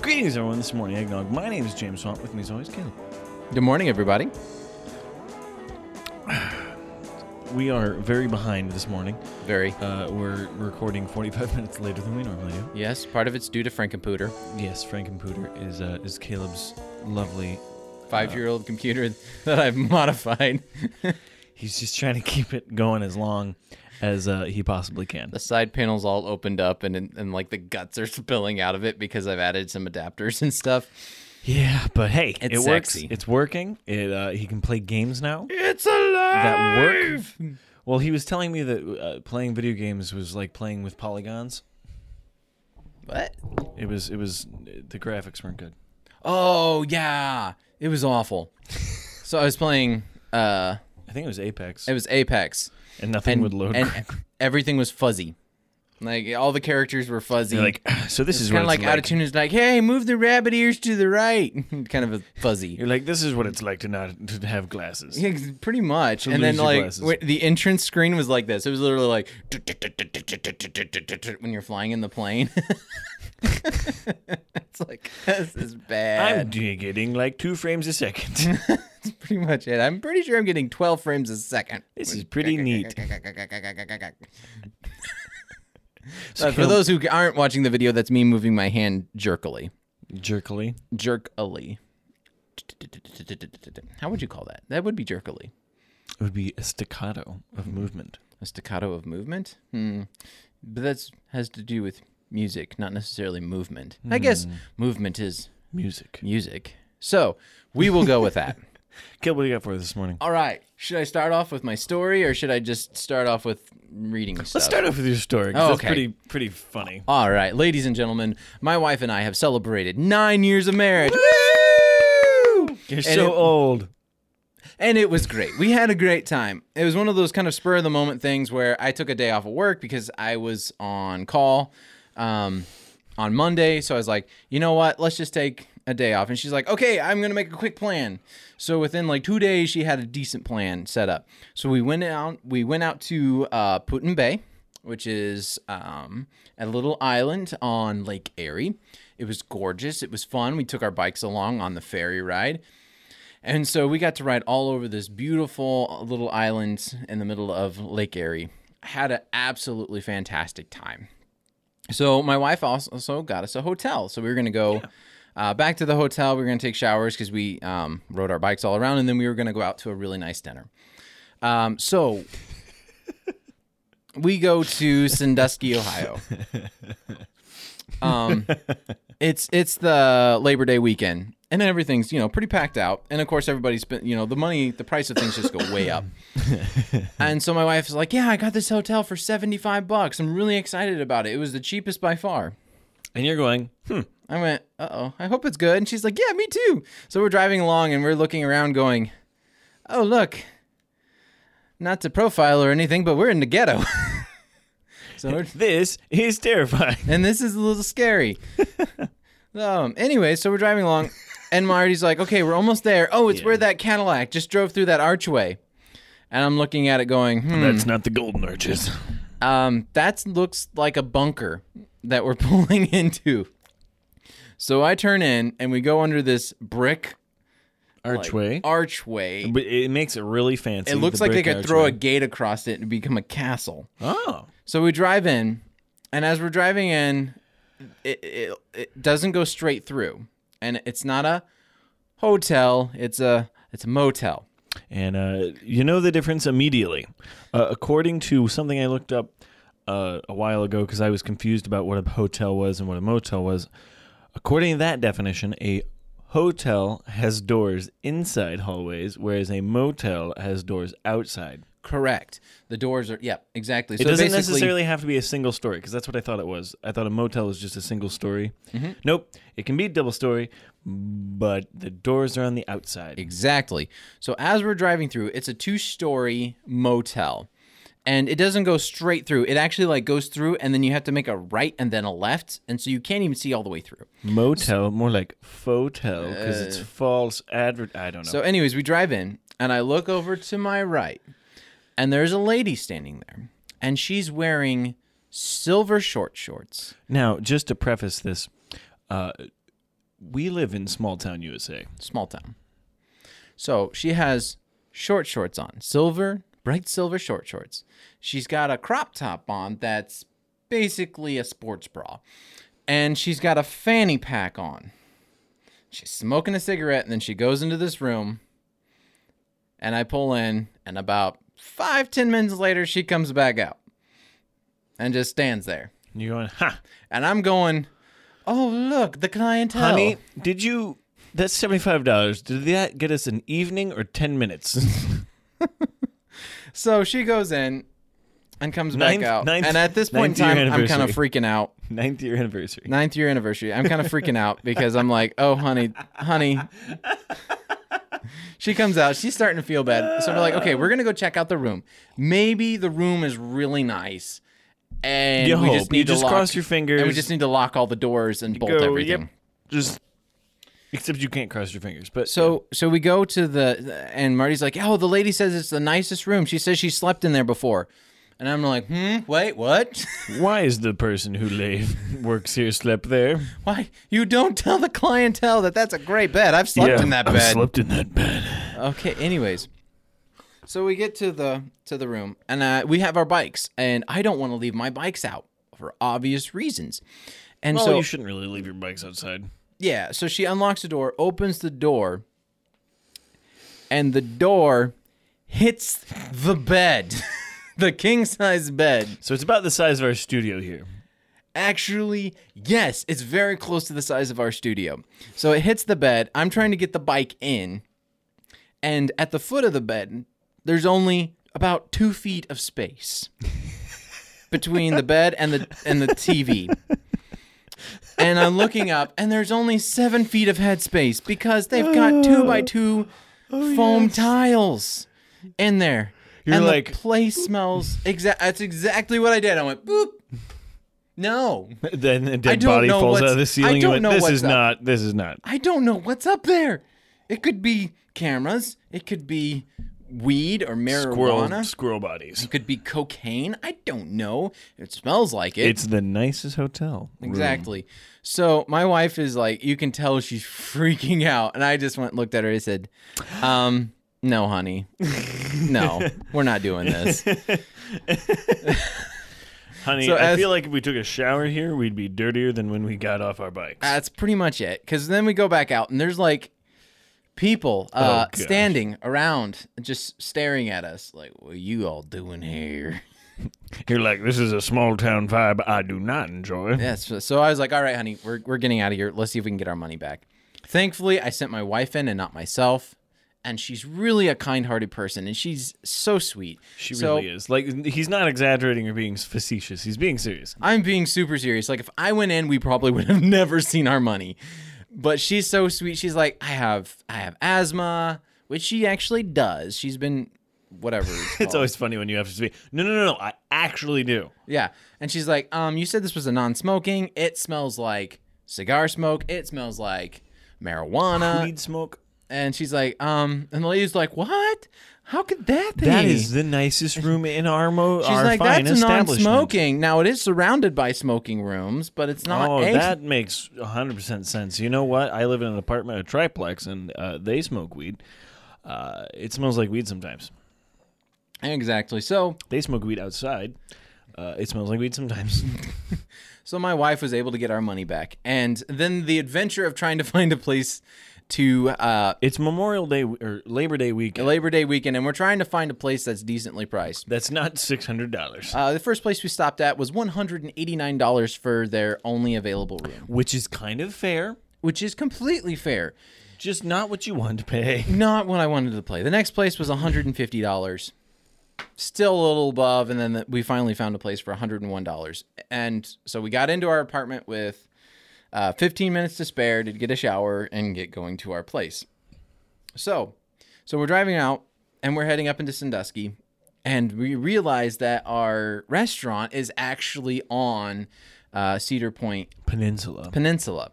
Greetings, everyone. This is Morning Eggnog. My name is James Swamp. With me, as always, Caleb. Good morning, everybody. We are very behind this morning. Very. Uh, we're recording 45 minutes later than we normally do. Yes, part of it's due to Frankenpooter, Yes, Frankenpooter is uh, is Caleb's lovely. five-year-old computer that I've modified. He's just trying to keep it going as long as uh, he possibly can. the side panel's all opened up, and, and and like the guts are spilling out of it because I've added some adapters and stuff. Yeah, but hey, It's it works. sexy. It's working. It uh, he can play games now. It's alive. That work. Well, he was telling me that uh, playing video games was like playing with polygons. What? It was. It was. The graphics weren't good. Oh yeah, it was awful. so I was playing. Uh, I think it was Apex, it was Apex, and nothing would load. and correctly. everything was fuzzy. Like all the characters were fuzzy. You're like, so this is what kind it's of like, out of tune is like, hey, move the rabbit ears to the right. kind of a fuzzy. You're like, this is what it's like to not to have glasses. Yeah, ex- pretty much. and lose then your like glasses. when- the entrance screen was like this. It was literally like when you're flying in the plane. it's like this is I'm bad. getting like two frames a second. That's pretty much it. I'm pretty sure I'm getting 12 frames a second. This is pretty neat. Uh, for those who aren't watching the video, that's me moving my hand jerkily. jerkily, jerkily. How would you call that? That would be jerkily. it would be a staccato of movement. A staccato of movement? Hmm. But that's has to do with music, not necessarily movement. I guess movement is Music. music. So we will go with that. Kid, what do you got for us this morning? All right. Should I start off with my story or should I just start off with reading stuff? Let's start off with your story. 'cause Oh, that's okay. pretty pretty funny. All right, ladies and gentlemen, my wife and I have celebrated nine years of marriage. You're And so it- old. and it was great. We had a great time. It was one of those kind of spur of the moment things where I took a day off of work because I was on call um, on Monday. So I was like, you know what? Let's just take a day off. And she's like, okay, I'm going to make a quick plan. So within like two days, she had a decent plan set up. So we went out. We went out to uh, Putin Bay, which is um, a little island on Lake Erie. It was gorgeous. It was fun. We took our bikes along on the ferry ride. And so we got to ride all over this beautiful little island in the middle of Lake Erie. Had an absolutely fantastic time. So my wife als- also got us a hotel. So we were going to go uh, back to the hotel. We were going to take showers because we um, rode our bikes all around, and then we were going to go out to a really nice dinner. Um, so we go to Sandusky, Ohio. Um, it's it's the Labor Day weekend, and everything's you know pretty packed out, and of course everybody's been you know the money, the price of things just go way up. and so my wife's like, "Yeah, I got this hotel for seventy five bucks. I'm really excited about it. It was the cheapest by far." And you're going, hmm. I went, uh oh, I hope it's good. And she's like, yeah, me too. So we're driving along and we're looking around going, oh, look, not to profile or anything, but we're in the ghetto. so we're, This is terrifying. and this is a little scary. um, anyway, so we're driving along and Marty's like, okay, we're almost there. Oh, it's where that Cadillac just drove through that archway. And I'm looking at it going, hmm, That's not the golden arches. um, that looks like a bunker that we're pulling into. So I turn in and we go under this brick like, Archway. Archway. but it makes it really fancy. it looks like they could throw a gate across it and become a castle. Oh. So we drive in, and as we're driving in, it, it, it doesn't go straight through, and it's not a hotel. It's a it's a motel. And uh, you know the difference immediately. Uh, according to something I looked up uh, a while ago, because I was confused about what a hotel was and what a motel was. According to that definition, a hotel has doors inside hallways, whereas a motel has doors outside. Correct. The doors are yep exactly. It so doesn't basically, necessarily have to be a single story, because that's what I thought it was. I thought a motel was just a single story. Mm-hmm. Nope, it can be double story, but the doors are on the outside. Exactly. So as we're driving through, it's a two-story motel. And it doesn't go straight through. It actually like goes through and then you have to make a right and then a left, and so you can't even see all the way through. Motel, more like fotel, because it's false advert. I don't know. So anyways, we drive in and I look over to my right and there's a lady standing there and she's wearing silver short shorts. now, just to preface this, uh, we live in small town USA. small town. So she has short shorts on, silver, bright silver short shorts. She's got a crop top on that's basically a sports bra. And she's got a fanny pack on. She's smoking a cigarette, and then she goes into this room. And I pull in, and about five, ten minutes later, she comes back out and just stands there. And you're going, ha, And I'm going, Oh, look, the clientele. honey, did you? That's seventy five dollars. Did that get us an evening or ten minutes? So she goes in and comes Ninth- back out. ninth- and at this point in ninth year time, I'm kind of anniversary. freaking out. Ninth year anniversary. Ninth year anniversary. I'm kind of freaking out because I'm like, oh, honey, honey. She comes out. She's starting to feel bad. So we're like, okay, we're going to go check out the room. Maybe the room is really nice. And You we hope. just need You to just lock, cross your fingers. And we just need to lock all the doors and bolt Go, everything. yep, just except you can't cross your fingers. But So so we go to the and Marty's like, "Oh, the lady says it's the nicest room. She says she slept in there before." And I'm like, "Hmm, wait, what?" why is the person who lay works here slept there? Why you don't tell the clientele that that's a great bed? I've slept in that I bed. slept in that bed. okay. Anyways, so we get to the to the room, and uh, we have our bikes, and I don't want to leave my bikes out for obvious reasons. And Oh, so you shouldn't really leave your bikes outside. yeah, so she unlocks the door, opens the door, and the door hits the bed, the king size bed. So it's about the size of our studio here. Actually, yes, it's very close to the size of our studio. So it hits the bed. I'm trying to get the bike in. And at the foot of the bed, there's only about two feet of space between the bed and the and the TV. And I'm looking up, and there's only seven feet of headspace because they've got two Oh. by two foam tiles in there. You're and like, the place smells exact. That's exactly what I did. I went boop. No, Then a dead don't body know falls out what's- of the ceiling. I and don't you went, know this what's is up." not. This is not. I don't know what's up there. It could be cameras. It could be weed or marijuana. Squirrel, squirrel bodies. It could be cocaine. I don't know. It smells like it. It's the nicest hotel. room. exactly. So my wife is like, you can tell she's freaking out, and I just went and looked at her. and said, um, "No, honey, no, we're not doing this." Honey, So I as- feel like if we took a shower here, we'd be dirtier than when we got off our bikes. That's pretty much it. Because then we go back out, and there's like people uh, Oh, gosh. standing around, just staring at us, like, "What are you all doing here?" You're like, this is a small town vibe I do not enjoy. Yes. so- So I was like, all right, honey, we're, we're getting out of here. Let's see if we can get our money back. Thankfully, I sent my wife in and not myself. And she's really a kind hearted person and she's so sweet. She so really is. Like, he's not exaggerating or being facetious. He's being serious. I'm being super serious. Like, if I went in, we probably would have never seen our money. But she's so sweet. She's like, I have I have asthma, which she actually does. She's been whatever. It's, It's called. always funny when you have to speak. No, no, no, no. I actually do. Yeah. And she's like, um, you said this was a non smoking. It smells like cigar smoke. It smells like marijuana. Weed smoke. And she's like, um, and the lady's like, what? How could that be? That is the nicest room in our mo. She's like, that's a non-smoking. Now it is surrounded by smoking rooms, but it's not. Oh, a- that makes 100% sense. You know what? I live in an apartment, a triplex, and uh, they smoke weed. Uh, it smells like weed sometimes. exactly. So, They smoke weed outside. Uh, it smells like weed sometimes. so my wife was able to get our money back, and then the adventure of trying to find a place to uh, it's Memorial Day w- or Labor Day week. Labor Day weekend, and we're trying to find a place that's decently priced. That's not $600, Uh, the first place we stopped at was one hundred and eighty-nine dollars for their only available room, which is kind of fair, which is completely fair. just not what you want to pay. not what I wanted to play. The next place was $150. Still a little above, and then the, we finally found a place for $101. And so we got into our apartment with uh, 15 minutes to spare to get a shower and get going to our place. So, so we're driving out and we're heading up into Sandusky, and we realize that our restaurant is actually on uh, Cedar Point Peninsula. Peninsula.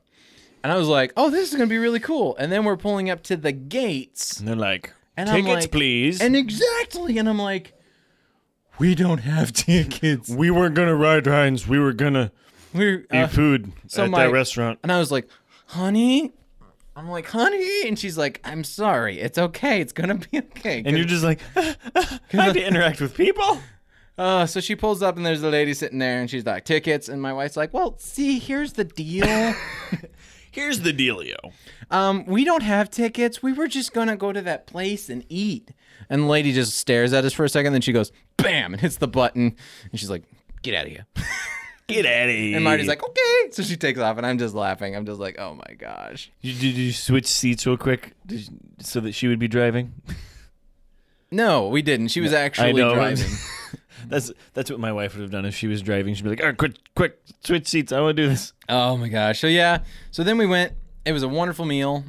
And I was like, "Oh, this is gonna be really cool." And then we're pulling up to the gates, and they're like, and I'm tickets, like- please. and exactly, and I'm like, we don't have tickets. we were going to ride Heinz. We were going to We're uh, food so my- restaurant. and I was like, honey, I'm like, honey, and she's like, I'm sorry, it's okay, it's gonna be okay. And you're just like, I have to interact with people. Uh, so she pulls up and there's a lady sitting there and she's like, tickets. And my wife's like, well, see, here's the deal. Here's the dealio. um, we don't have tickets. We were just gonna go to that place and eat. And the lady just stares at us for a second. Then she goes, bam, and hits the button. And she's like, get out of here. Get out of here. And Marty's like, okay. So she takes off and I'm just laughing. I'm just like, oh my gosh. You- Did you switch seats real quick did you- so that she would be driving? No, we didn't. She was actually know. driving. That's that's what my wife would have done if she was driving. She'd be like, "All right, quick, quick, switch seats. I want to do this." Oh my gosh. So yeah. So then we went. It was a wonderful meal.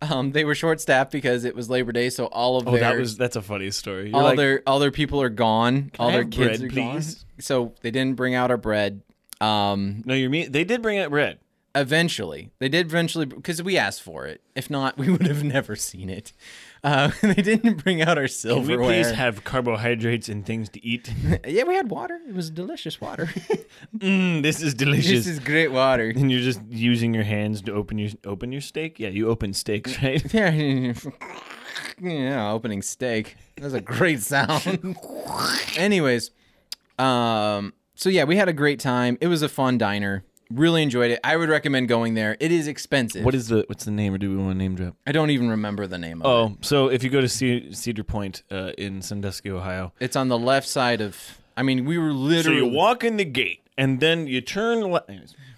Um, they were short staffed because it was Labor Day, so all of Oh, their that was that's a funny story. You're all like, their all their people are gone. all I their have kids bread, are gone. please? So they didn't bring out our bread. Um, no, you're me. They did bring out bread. eventually, they did eventually because we asked for it. If not, we would have never seen it. Uh, they didn't bring out our Can we silverware. please have carbohydrates and things to eat? yeah, we had water. It was delicious water. mm, this is delicious. this is great water. and you're just using your hands to open your open your steak. Yeah, you open steaks, right? Yeah, yeah, opening steak. That's a great sound. Anyways, um, so yeah, we had a great time. It was a fun diner. Really enjoyed it. I would recommend going there. It is expensive. what is the what's the name, or do we want to name drop? I don't even remember the name of it. Oh, so if you go to Ce- Cedar Point uh, in Sandusky, Ohio, It's on the left side of. I mean, we Oh. were so literally. you walk in the gate and then you turn left.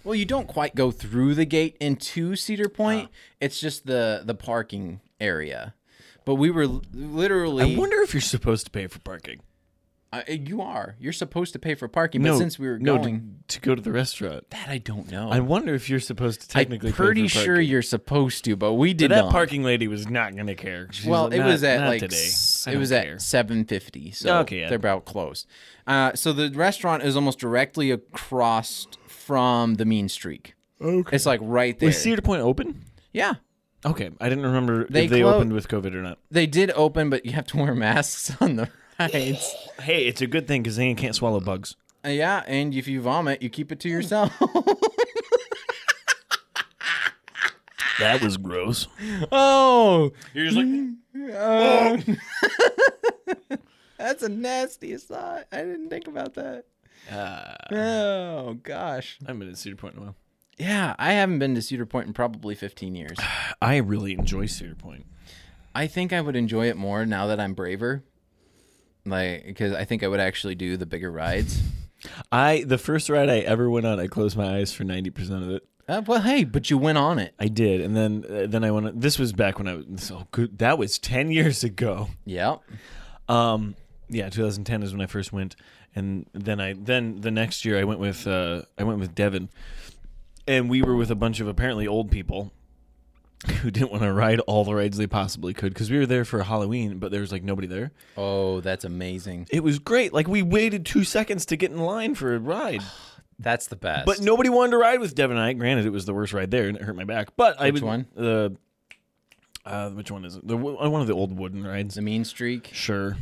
well, you don't quite go through the gate into Cedar Point. Uh. It's just the the parking area. But we were l- literally. I wonder if you're supposed to pay for parking. Uh, you are. You're supposed to pay for parking, but since we were no, to- going. to, go to the restaurant. That I don't know. I wonder if you're supposed to technically. pay pretty for parking. sure you're supposed to, but we did that not. parking lady was not gonna care. She's well, like, it "Not- was at not like today. s- I it don't was care." at seven fifty, so Okay, yeah. they're about close. Uh, so the restaurant is almost directly across from the Mean Streak. okay. It's like right there. Is Cedar Point open? yeah, Okay, I didn't remember They if they clo- opened with COVID or not. they did open, but you have to wear masks on the rides. Hey, it's a good thing because they can't swallow bugs. Uh, yeah, and if you vomit, you keep it to yourself. That was gross. oh, You're just like, oh. that's a nasty thought. I didn't think about that. Uh. Oh gosh. I've been at Cedar Point in a while. Yeah, I haven't been to Cedar Point in probably 15 years. I really enjoy Cedar Point. I think I would enjoy it more now that I'm braver. Like because I think I would actually do the bigger rides. I the first ride I ever went on, I closed my eyes for ninety percent of it. Uh, well, hey, but you went on it. I did, and then uh, then I went. on- This was back when I was oh good. That was ten years ago. Yep. Um, yeah, 2010 is when I first went, and then I then the next year I went with uh, I went with Devin, and we were with a bunch of apparently old people who didn't want to ride all the rides they possibly could because we were there for Halloween, but there was like nobody there. Oh, that's amazing. It was great. Like we waited two seconds to get in line for a ride, That's the best. but nobody wanted to ride with Devin and I. Granted, it was the worst ride there, and it hurt my back. But I Which would- one? the uh, which one is it? The one of the old wooden rides. the mean streak. Sure.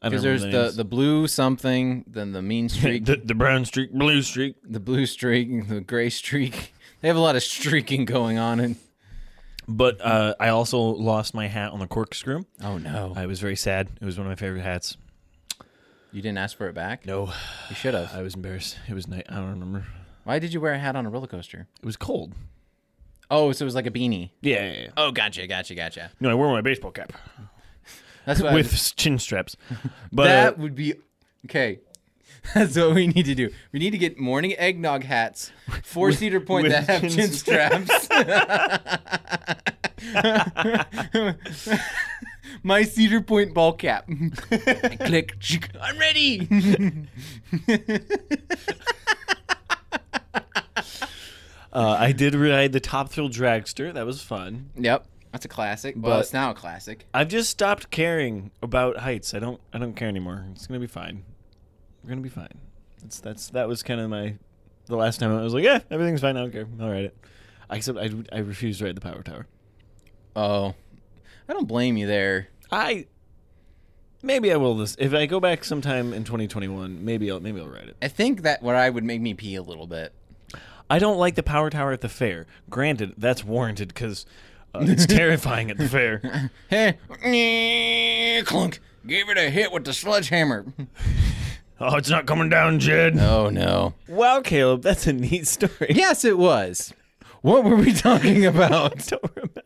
I don't remember Because there's the, names. the blue something, then the mean streak, the, the brown streak, blue streak. the blue streak, the gray streak. They have a lot of streaking going on. And But uh, I also lost my hat on the corkscrew. oh no, I was very sad. It was one of my favorite hats. you didn't ask for it back. No, You should have. I was embarrassed. It was night. I don't remember. Why did you wear a hat on a roller coaster? It was cold. Oh, so it was like a beanie. Yeah, yeah, yeah. Oh, gotcha, gotcha, gotcha. No, I wore my baseball cap That's what I with was- s- chin straps. But that uh, would be okay. That's what we need to do. We need to get morning eggnog hats for Cedar Point with that have chin chin straps. My Cedar Point ball cap. Click. chick. I'm ready. uh, I did ride the Top Thrill Dragster. That was fun. yep, that's a classic. Well, But- it's now a classic. I've just stopped caring about heights. I don't. I don't care anymore. It's gonna be fine. We're gonna be fine. That's that's that was kind of my the last time I was like, yeah, everything's fine. I don't care. I'll ride it. Except I I refuse to ride the power tower. Oh, I don't blame you there. I maybe I will this if I go back sometime in 2021. Maybe I'll maybe I'll ride it. I think that what I would make me pee a little bit. I don't like the power tower at the fair. Granted, that's warranted because uh, it's terrifying at the fair. Hey, clunk. Give it a hit with the sledgehammer. Oh, it's not coming down, Jed. Oh no. Wow, Caleb, that's a neat story. Yes, it was. What were we talking about? don't remember.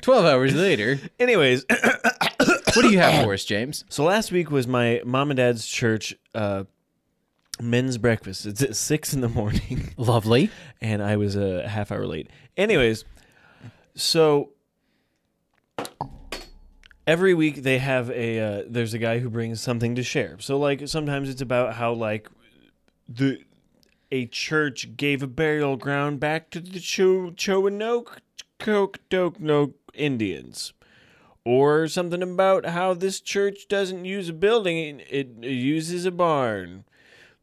12 hours later. Anyways, What do you have for us, James? so last week was my mom and dad's church uh, men's breakfast. It's at six in the morning. Lovely. and I was a half hour late. Anyways, so every week they have a uh, there's a guy who brings something to share. So like sometimes it's about how like the a church gave a burial ground back to the Cho- Choanoke Coke Indians. Or something about how this church doesn't use a building, it, it uses a barn.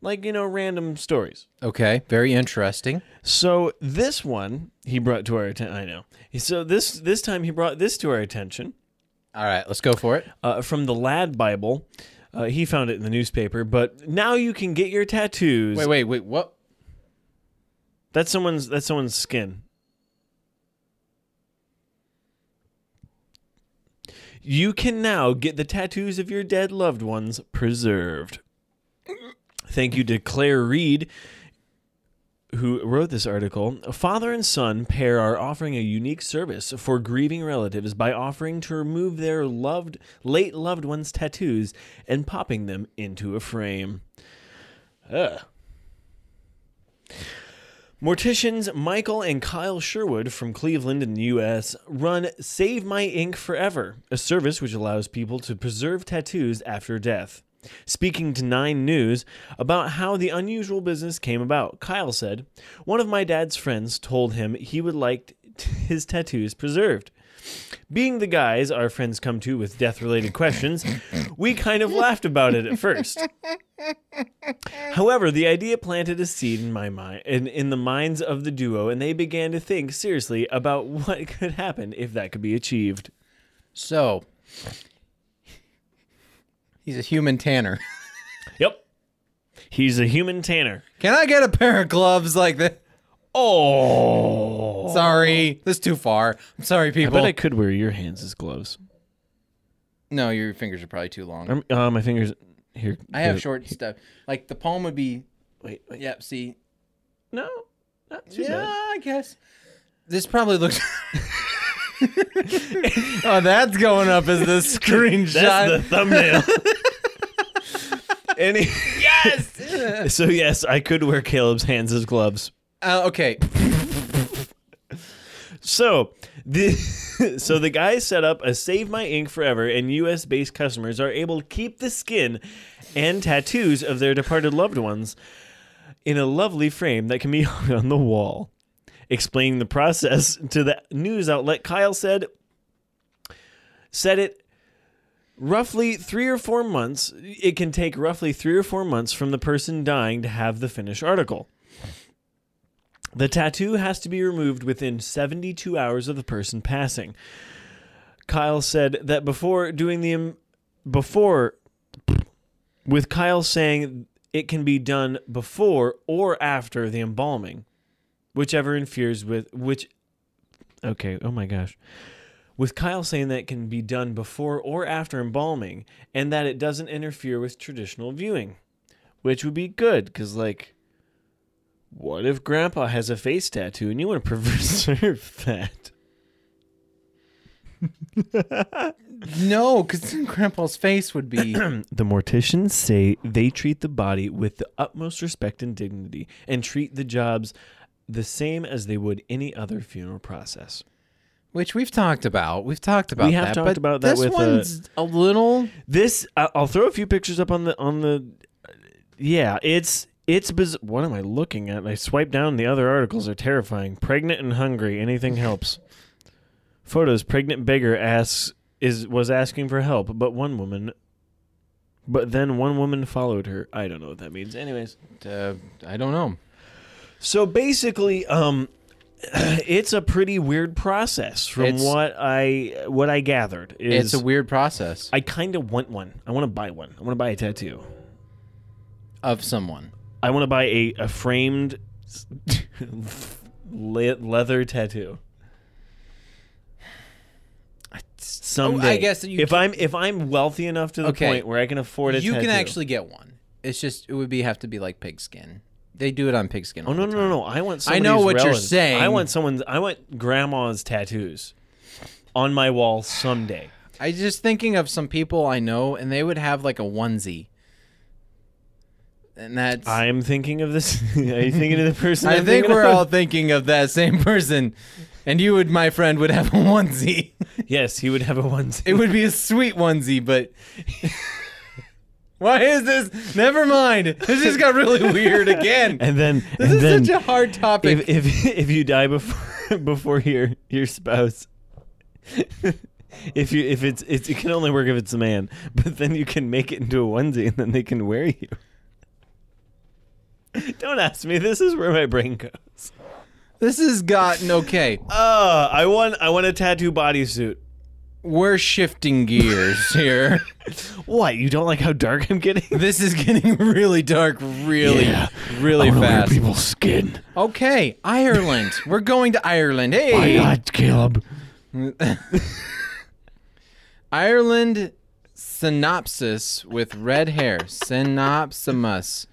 Like, you know, random stories. Okay, very interesting. So this one he brought to our attention. I know. So this this time he brought this to our attention All right, let's go for it. uh, from the Lad Bible. Uh, he found it in the newspaper, but now you can get your tattoos. Wait, wait, wait. What? That's someone's. That's someone's skin. You can now get the tattoos of your dead loved ones preserved. Thank you to Claire Reed, who wrote this article. A father and son pair are offering a unique service for grieving relatives by offering to remove their loved late loved one's tattoos and popping them into a frame. Ugh. Morticians Michael and Kyle Sherwood from Cleveland in the U.S. run Save My Ink Forever, a service which allows people to preserve tattoos after death. Speaking to Nine News about how the unusual business came about, Kyle said, One of my dad's friends told him he would like t- his tattoos preserved. Being the guys our friends come to with death related questions, we kind of laughed about it at first. However, the idea planted a seed in my mind in, in the minds of the duo, and they began to think seriously about what could happen if that could be achieved. So, he's a human tanner. Yep. He's a human tanner. Can I get a pair of gloves like that? Oh. Sorry, that's too far. I'm sorry, people. But I could wear your hands as gloves. no, your fingers are probably too long. Um, uh, my fingers here. I have short stuff. Like the palm would be. Wait, wait. Yep. See. No. Not too Yeah, bad. I guess. This probably looks. oh, that's going up as the screenshot. That's the thumbnail. Any yes. so yes, I could wear Caleb's hands as gloves. uh, okay. So the so the guys set up a Save My Ink Forever, and U.S. based customers are able to keep the skin and tattoos of their departed loved ones in a lovely frame that can be hung on the wall. Explaining the process to the news outlet, Kyle said, "said it." Roughly three or four months, it can take roughly three or four months from the person dying to have the finished article. The tattoo has to be removed within 72 hours of the person passing. Kyle said that before doing the im- before with Kyle saying it can be done before or after the embalming, whichever interferes with which Okay, oh my gosh. With Kyle saying that it can be done before or after embalming and that it doesn't interfere with traditional viewing, which would be good cuz like what if grandpa has a face tattoo and you want to preserve that? No, because Grandpa's face would be. The morticians say they treat the body with the utmost respect and dignity and treat the jobs the same as they would any other funeral process. which we've talked about. We've talked about We have that. talked but about that This with, uh, one's a little. This I- I'll throw a few pictures up on the on the yeah, it's it's biz- what am I looking at? I swipe down the other articles are terrifying. Pregnant and hungry, anything helps. Photos pregnant beggar asks is was asking for help, but one woman but then one woman followed her. I don't know what that means. Anyways, Uh, I don't know. So basically, um, it's a pretty weird process from It's- what I what I gathered. Is It's a weird process I kind of want one. I want to buy one. I want to buy a tattoo. of someone. I want to buy a, a framed Le- leather tattoo. Someday, Oh, I guess you if can- I'm if I'm wealthy enough to the Okay. point where I can afford a you tattoo, can actually get one. It's just it would be have to be like pigskin. They do it on pigskin. Oh no no no! no. I want. I know somebody's what you're relatives. saying. I want someone's. I want grandma's tattoos on my wall someday. I just thinking of some people I know, and they would have like a onesie, and that's. I, I'm thinking of this. Are you thinking of the person? I'm think thinking we're of? all thinking of that same person, and you would, my friend, would have a onesie. Yes, he would have a onesie. It would be a sweet onesie, but. Why is this? Never mind. This just got really weird again. and then This and is then such a hard topic. if, if if you die before before your your spouse. If you if it's, it's it can only work if it's a man, but then you can make it into a onesie and then they can wear you. Don't ask me. This is where my brain goes. this has gotten okay. Uh, I want I want a tattoo bodysuit. We're shifting gears here. What? You don't like how dark I'm getting? this is getting really dark, really, Yeah. really fast. people's skin. Okay, Ireland. We're going to Ireland. Hey, Caleb? Ireland synopsis with red hair. Synopsimus.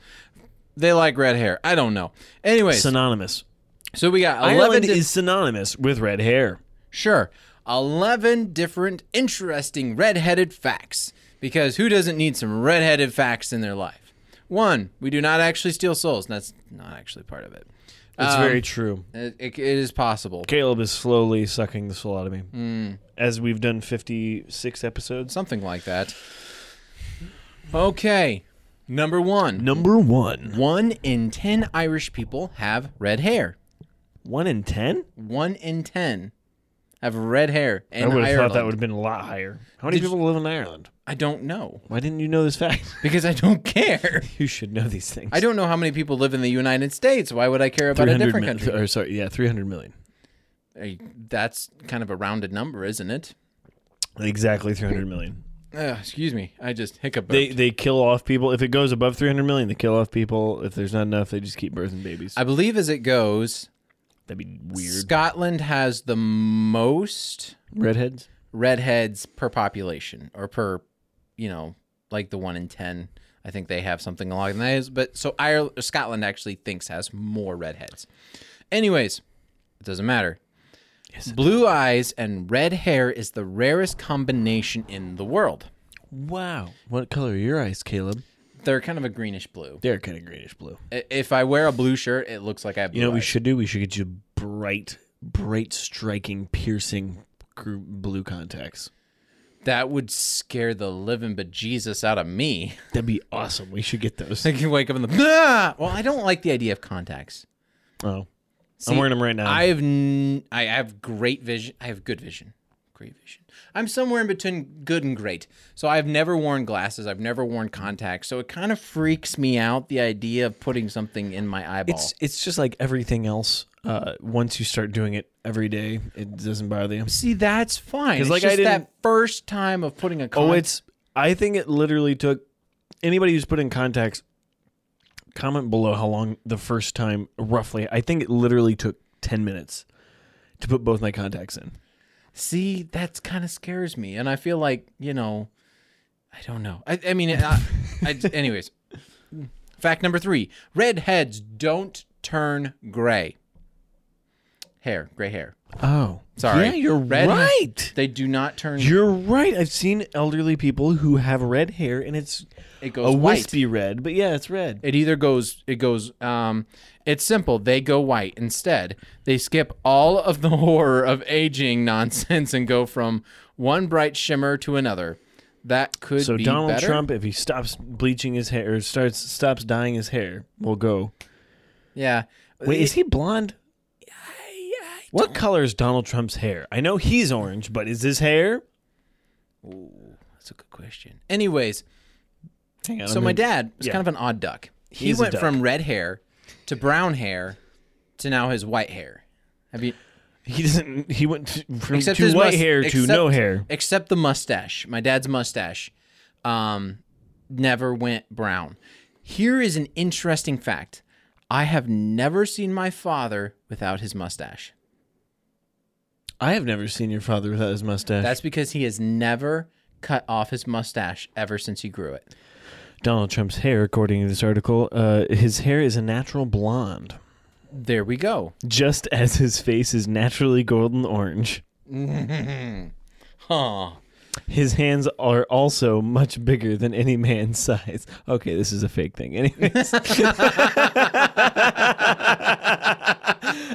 They like red hair. I don't know. Anyways, Synonymous. so we got eleven. Ireland Di- is synonymous with red hair. sure, eleven different interesting redheaded facts. Because who doesn't need some redheaded facts in their life? One, we do not actually steal souls. and That's not actually part of it. It's Um, very true. It, it is possible. Caleb is slowly sucking the soul out of me. Mm. As we've done 56 episodes. Something like that. Okay. Number one. Number one. One in ten Irish people have red hair. One in 10? One in ten have red hair in I would have Ireland. thought that would have been a lot higher. How many Did people live in Ireland? I don't know Why didn't you know this fact? because I don't care. you should know these things. I don't know how many people live in the United States. Why would I care about a 300 mi- different country? Or sorry, yeah, 300 million. Hey, That's kind of a rounded number, isn't it? Exactly 300 million. Ugh, excuse me, I just hiccuped. They they kill off people. If it goes above 300 million, they kill off people. If there's not enough, they just keep birthing babies. I believe as it goes, That'd be weird. Scotland has the most Redheads? redheads per population or per you know like the one in 10 i think they have something along those but so ireland scotland actually thinks has more redheads anyways it doesn't matter blue eyes and red hair is the rarest combination in the world Wow. What color are your eyes, Caleb? they're kind of a greenish blue They're kind of greenish blue. I- if i wear a blue shirt it looks like i have blue You know what we eyes. should do? We should get you bright, bright, striking, piercing gr- blue contacts. that would scare the living bejesus out of me That'd be awesome. We should get those. i can wake up in the ah! well i don't like the idea of contacts Oh. See, I'm wearing them right now. I have n- I have great vision. I have good vision. Great vision. I'm somewhere in between good and great. So I've never worn glasses. I've never worn contacts. So it kind of freaks me out the idea of putting something in my eyeball. it's, it's just like everything else. Uh, once you start doing it every day, it doesn't bother you. See, that's fine. It's like, just I didn't- that first time of putting a Oh, contact. it's. I think it literally took anybody who's put in contacts. Comment below how long the first time roughly. I think it literally took ten minutes to put both my contacts in. See, that's kind of scares me, and I feel like you know, I don't know. I, I mean, I, I, anyways, fact number three: redheads don't turn gray. Hair, gray hair. Oh, Sorry. Yeah, you're Red- right. They do not turn. You're right. I've seen elderly people who have red hair, and it's it a goes white. wispy red. But yeah, it's red. It either goes. It goes. Um, it's simple. They go white instead. They skip all of the horror of aging nonsense and go from one bright shimmer to another. That could So be Donald better. Trump, if he stops bleaching his hair, or starts stops dyeing his hair, will go. Yeah. Wait, is he blonde? what color is Donald Trump's hair? I know he's orange, but is his hair? That's a good question. Anyways, Hang on, so I'm my in- dad was yeah. kind of an odd duck. He, He's a went duck. from red hair to brown hair to now his white hair. Have you he doesn't. He went t- from except to his white mus- hair to except- no hair. Except the mustache. My dad's mustache um never went brown. Here is an interesting fact. I have never seen my father without his mustache. I have never seen your father without his mustache. That's because he has never cut off his mustache ever since he grew it. Donald Trump's hair, according to this article, uh, his hair is a natural blonde, There we go. just as his face is naturally golden orange. Huh. His hands are also much bigger than any man's size. Okay, this is a fake thing. Anyways.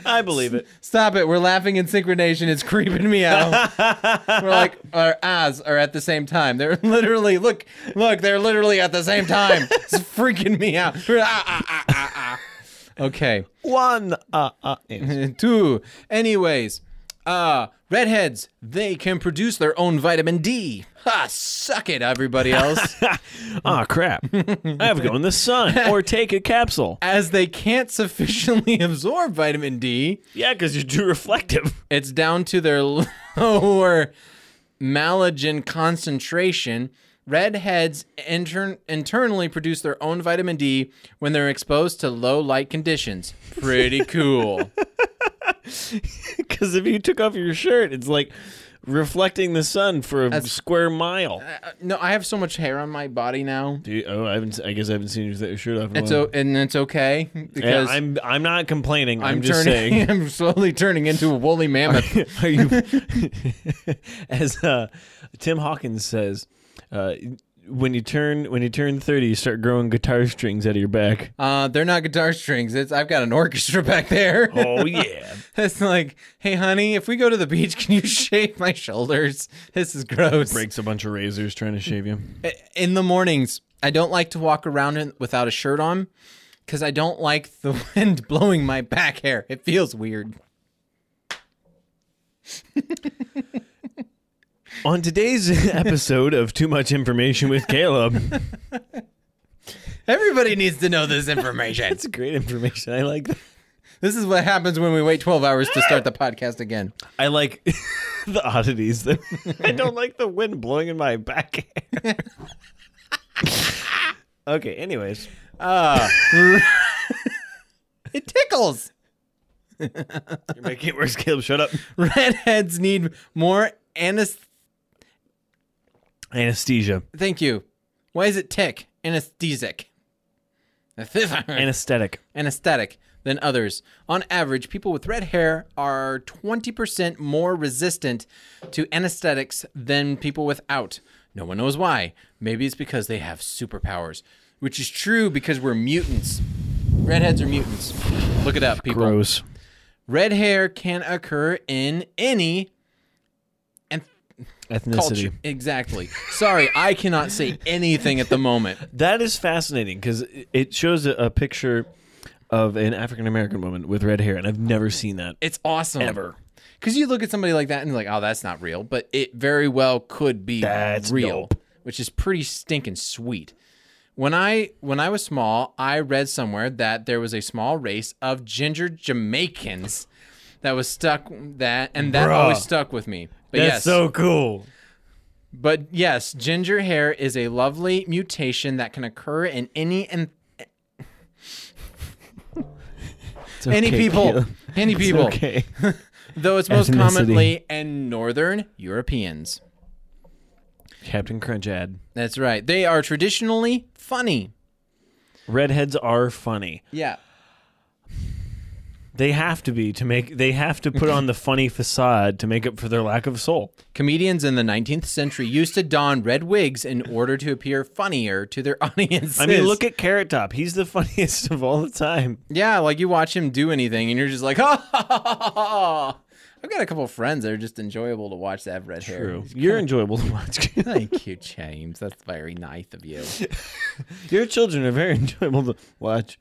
I believe it. Stop it. We're laughing in synchronization. It's creeping me out. We're like, our eyes are at the same time. They're literally, look, look, they're literally at the same time. It's freaking me out. We're- ah, ah, ah, ah, ah. Okay. One. Uh, uh, anyways. Two. Anyways, uh, redheads, they can produce their own vitamin D. Ha, suck it, everybody else. Ah, crap. I have to go in the sun or take a capsule. As they can't sufficiently absorb vitamin D, Yeah, because you're too reflective. it's down to their lower malagen concentration. Redheads intern- internally produce their own vitamin D when they're exposed to low light conditions. Pretty cool. Because if you took off your shirt, it's like reflecting the sun for a square mile. Uh, no, I have so much hair on my body now. Do you- oh, I haven't. I guess I haven't seen you without your shirt off. In a It's while. o- and it's okay Yeah, because I'm. I'm not complaining. I'm, I'm just turning. saying. I'm slowly turning into a woolly mammoth. Are you? as uh, Tim Hawkins says, uh, when you turn when you turn thirty, you start growing guitar strings out of your back. Uh, they're not guitar strings. It's I've got an orchestra back there. Oh yeah. It's like, hey, honey, if we go to the beach, can you shave my shoulders? This is gross. Breaks a bunch of razors trying to shave you. In the mornings, I don't like to walk around in- without a shirt on because I don't like the wind blowing my back hair. It feels weird. On today's episode of Too Much Information with Caleb, Everybody needs to know this information. it's great information. I like that. this is what happens when we wait 12 hours to start the podcast again. I like the oddities. That I don't like the wind blowing in my back hair. okay, anyways. It tickles. You're making it worse, Caleb. Shut up. Redheads need more anesthesia. Anesthesia. Thank you. Why is it tick? Anesthetic. Anesthetic. uh, anesthetic than others. On average, people with red hair are 20% more resistant to anesthetics than people without. No one knows why. Maybe it's because they have superpowers, which is true because we're mutants. Redheads are mutants. Look it up, people. Gross. Red hair can occur in any and Ethnicity. culture. Exactly. Sorry, I cannot say anything at the moment. That is fascinating because it shows a, a picture of an African American woman with red hair, and I've never seen that. It's awesome. Ever. Because you look at somebody like that and you're like, oh, that's not real, but it very well could be That's real, dope. which is pretty stinking sweet. When I when I was small, I read somewhere that there was a small race of ginger Jamaicans that was stuck that, and that Bruh. always stuck with me. But That's yes, so cool. but yes, ginger hair is a lovely mutation that can occur in any and It's any okay, people, Caleb. any It's people, okay. though it's most Ethnicity. commonly in northern Europeans. Captain Crunch ad. That's right. They are traditionally funny. Redheads are funny. Yeah. They have to be to make. They have to put on the funny facade to make up for their lack of soul. Comedians in the 19th century used to don red wigs in order to appear funnier to their audiences. I mean, look at Carrot Top. He's the funniest of all the time. Yeah, like you watch him do anything and you're just like, oh. I've got a couple of friends that are just enjoyable to watch that have red hair. You're enjoyable to watch. Thank you, James. That's very nice of you. Your children are very enjoyable to watch.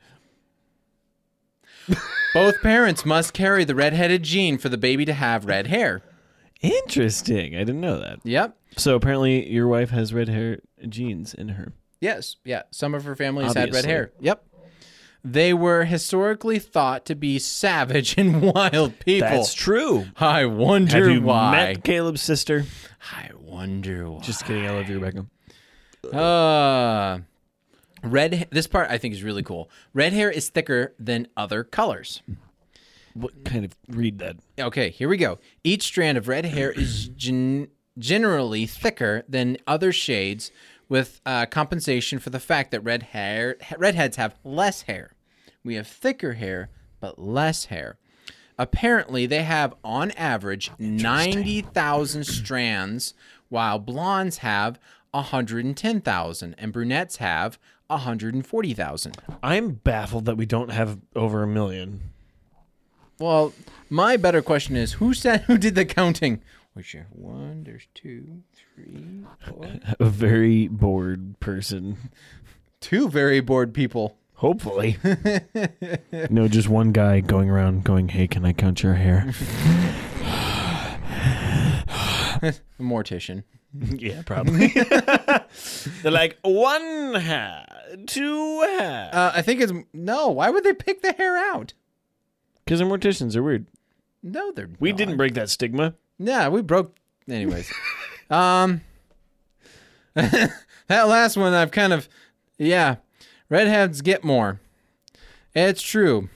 Both parents must carry the redheaded gene for the baby to have red hair. Interesting. I didn't know that. Yep. So apparently, your wife has red hair genes in her. Yes, yeah. Some of her family has had red Obviously. hair. Yep. They were historically thought to be savage and wild people. true. I wonder Have you why. met Caleb's sister? I wonder why. Just kidding. I love you, Rebecca. Uh, Red. ha- This part I think is really cool. Red hair is thicker than other colors. What kind of read that? Okay, here we go. Each strand of red hair is gen- generally thicker than other shades, with uh, compensation for the fact that red hair redheads have less hair. We have thicker hair, but less hair. Apparently, they have on average ninety thousand strands, while blondes have hundred and ten thousand, and brunettes have hundred and forty thousand. I'm baffled that we don't have over a million. Well, my better question is who said who did the counting? Which are one, there's two, three, four. A very bored person. two very bored people. Hopefully. no, just one guy going around going, hey, can I count your hair? A mortician. yeah, probably. They're like, one hair, two hair. Uh, I think it's no. Why would they pick the hair out? Because morticians are weird. No, they're We not. didn't break that stigma. Yeah, we broke. Anyways, um, that last one I've kind of, yeah, redheads get more. It's true.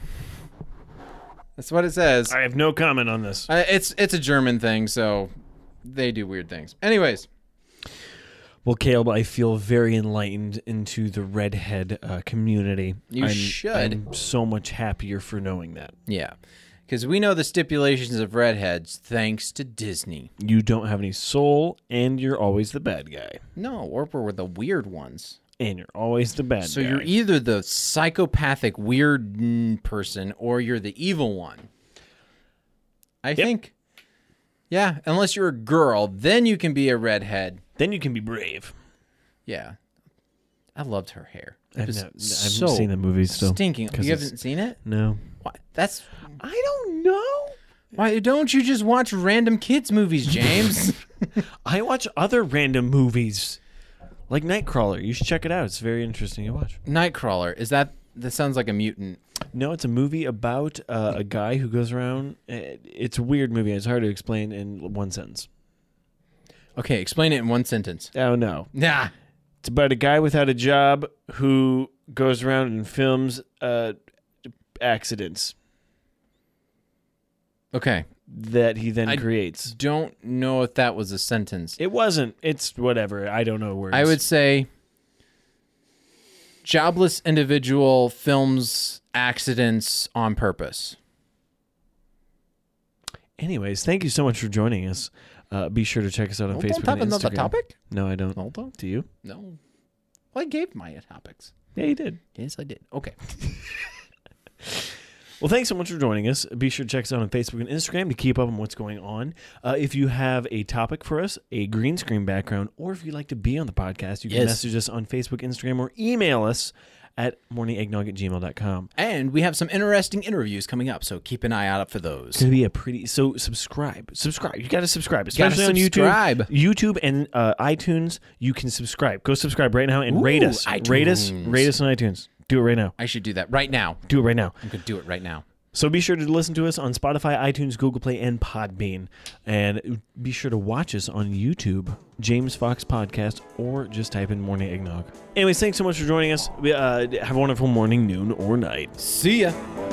That's what it says. I have no comment on this. Uh, it's it's a German thing, so they do weird things. Anyways, Well, Caleb, I feel very enlightened into the redhead uh, community. You I'm, should. I'm so much happier for knowing that. yeah, because we know the stipulations of redheads thanks to Disney. You don't have any soul, and you're always the bad guy. No, or we're the weird ones. And you're always the bad So guy. you're e- either the psychopathic weird mm, person or you're the evil one. I think. Yeah, unless you're a girl, then you can be a redhead. then you can be brave. Yeah, I loved her hair. It I've, was not, I've so seen the movie still. stinking. 'cause You it's- haven't seen it? No. Why? That's I don't know. Why don't you just watch random kids movies, James? I watch other random movies, like Nightcrawler. You should check it out. It's very interesting to watch. Nightcrawler is that? That sounds like a mutant. No, it's a movie about uh, a guy who goes around. uh, It's a weird movie. It's hard to explain in one sentence. Okay, explain it in one sentence. Oh no. Nah, It's about a guy without a job who goes around and films uh, accidents okay. that he then I- creates. Don't know if that was a sentence. It wasn't. It's whatever. I don't know words. I would say jobless individual films accidents on purpose. Anyways, thank you so much for joining us. Uh, be sure to check us out on Facebook. and Instagram. No, I don't. Hold on. Do you? No, well, I gave my topics. Yeah, you did. Yes, I did. Okay. Well, thanks so much for joining us. Be sure to check us out on Facebook and Instagram to keep up on what's going on. Uh, if you have a topic for us, a green screen background, or if you'd like to be on the podcast, you can Yes. message us on Facebook, Instagram, or email us at morningeggnog at gmail.com. And we have some interesting interviews coming up, so keep an eye out for those. It's gonna be a pretty so subscribe, subscribe. You gotta subscribe, gotta especially on subscribe. YouTube, YouTube and uh, iTunes. You can subscribe. Go subscribe right now and rate Ooh, us, rate us, iTunes. rate us on iTunes. Do it right now. I should do that right now. Do it right now. I'm gonna do it right now. So be sure to listen to us on Spotify, iTunes, Google Play, and Podbean. And be sure to watch us on YouTube, James Fox Podcast, or just type in Morning Eggnog. Anyways, thanks so much for joining us. We, Uh, have a wonderful morning, noon, or night. See ya.